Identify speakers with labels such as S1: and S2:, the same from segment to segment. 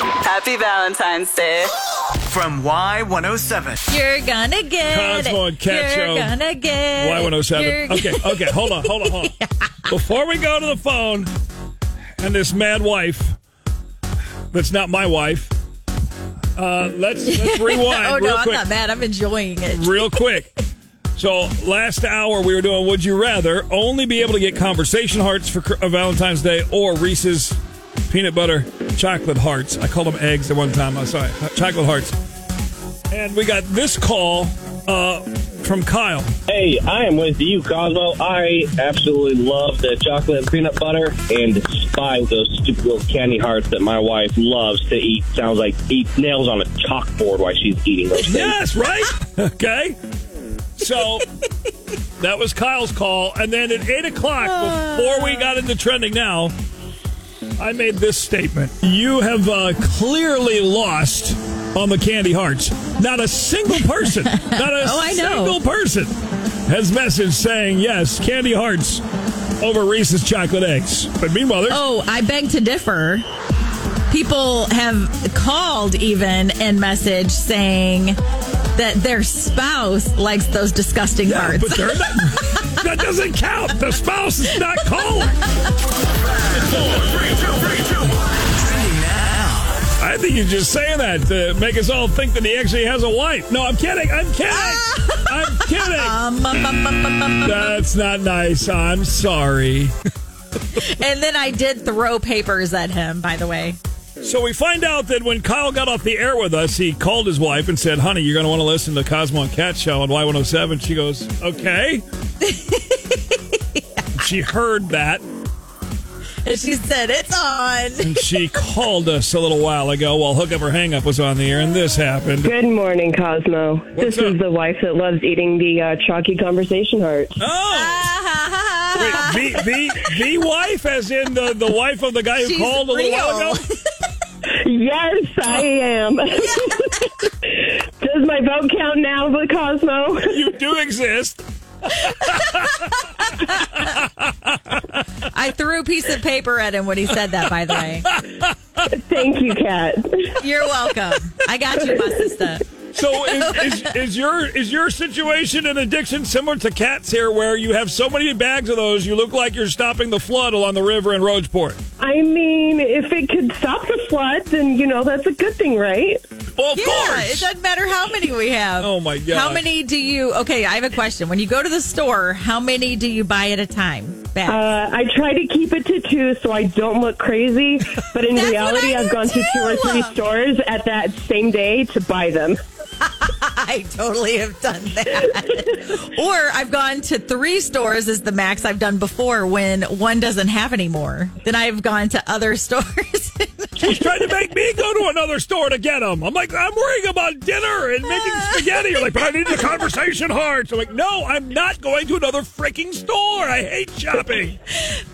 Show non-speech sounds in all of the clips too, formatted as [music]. S1: Happy Valentine's Day.
S2: From Y107.
S3: You're gonna get
S4: Cosmo
S3: it.
S4: and Cat
S3: You're
S4: Show.
S3: gonna get it.
S4: Y107.
S3: You're-
S4: Okay, okay, hold on, hold on, hold
S3: [laughs]
S4: on. Before we go to the phone and this mad wife that's not my wife, uh, let's, let's
S3: [laughs]
S4: rewind
S3: Oh,
S4: real
S3: no, I'm
S4: quick.
S3: not mad. I'm enjoying it.
S4: real quick. So last hour we were doing Would You Rather, only be able to get conversation hearts for cr- uh, Valentine's Day or Reese's peanut butter chocolate hearts. I called them eggs at one time. I'm sorry, chocolate hearts. And we got this call uh, from Kyle.
S5: Hey, I am with you, Cosmo. I absolutely love the chocolate and peanut butter and despise those stupid little candy hearts that my wife loves to eat. Sounds like eat nails on a chalkboard while she's eating those things.
S4: Yes, right?
S3: [laughs]
S4: okay. So that was Kyle's call. And then at 8 o'clock, before we got into trending now, I made this statement. You have uh, clearly lost on the candy hearts. Not a single
S3: [laughs]
S4: person, not a
S3: Oh, I know.
S4: single person has messaged saying, yes, candy hearts over Reese's chocolate eggs. But meanwhile, there's
S3: Oh, I beg to differ. People have called even and messaged saying that their spouse likes those disgusting
S4: Yeah,
S3: parts.
S4: but they're not. that doesn't count. The spouse is not calling.
S2: Trending now.
S4: I think you're just saying that to make us all think that he actually has a wife. No, I'm kidding. I'm kidding. I'm kidding.
S3: Um, um, um, um, um, um, um.
S4: That's not nice. I'm sorry.
S3: and then I did throw papers at him, by the way.
S4: So we find out that when Kyle got off the air with us, he called his wife and said, Honey, you're going to want to listen to Cosmo and Cat Show on Y107. She goes, Okay. she heard that.
S3: And she said, It's on. [laughs]
S4: And she called us a little while ago while Hook Up or Hang Up was on the air, and this happened.
S6: Good morning, Cosmo.
S4: What's
S6: this
S4: up?
S6: is the wife that loves eating the uh, chalky conversation hearts.
S4: Oh! Wait, the, the, the wife, as in the, the wife of the guy who
S3: She's
S4: called a little while
S3: real.
S4: ago?
S6: Yes, I am. [laughs] Does my vote count now, with Cosmo?
S4: You do exist.
S3: I threw a piece of paper at him when he said that, by the way.
S6: Thank you, Kat.
S3: You're welcome. I got you, my sister.
S4: So is, is, is your is your situation an addiction similar to cats here, where you have so many bags of those, you look like you're stopping the flood along the river in Roadsport?
S6: I mean, if it could stop the flood, then you know that's a good thing, right?
S4: Well, of
S3: Yeah, it
S4: course.
S3: doesn't matter how many we have.
S4: Oh, my gosh.
S3: How many do you? Okay, I have a question. When you go to the store, how many do you buy at a time? Back.
S6: Uh, I try to keep it to two so I don't look crazy, but in
S3: That's what
S6: reality,
S3: I
S6: I've
S3: do
S6: gone to two or
S3: too.
S6: three stores at that same day to buy them.
S3: I totally have done that. or I've gone to three stores is the max I've done before when one doesn't have any more. Then I've gone to other [laughs] stores.
S4: She's trying to make me go to another store to get them. I'm like, I'm worrying about dinner and making spaghetti. You're like, but I need the conversation hearts. I'm like, no, I'm not going to another freaking store. I hate shopping.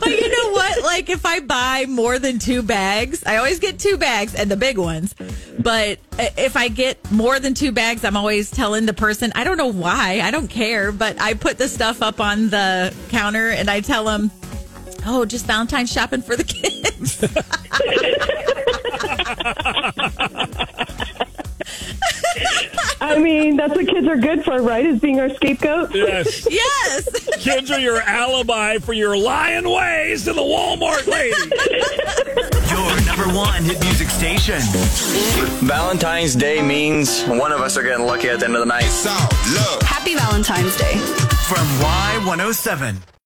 S3: but you know what? Like if I buy more than two bags, I always get two bags and the big ones. But i- if I get more than two bags, I'm always telling the person, I don't know why, I don't care, but I put the stuff up on the counter and I tell them, "Oh, just Valentine's shopping for the kids." [laughs]
S6: I mean, that's what kids are good for, right? Is being our scapegoat.
S4: Yes.
S3: yes.
S4: Kids are your alibi for your lying ways to the Walmart lady.
S2: Your number one hit music station.
S7: Valentine's Day means one of us are getting lucky at the end of the night.
S8: Happy Valentine's Day.
S2: oh From Y107.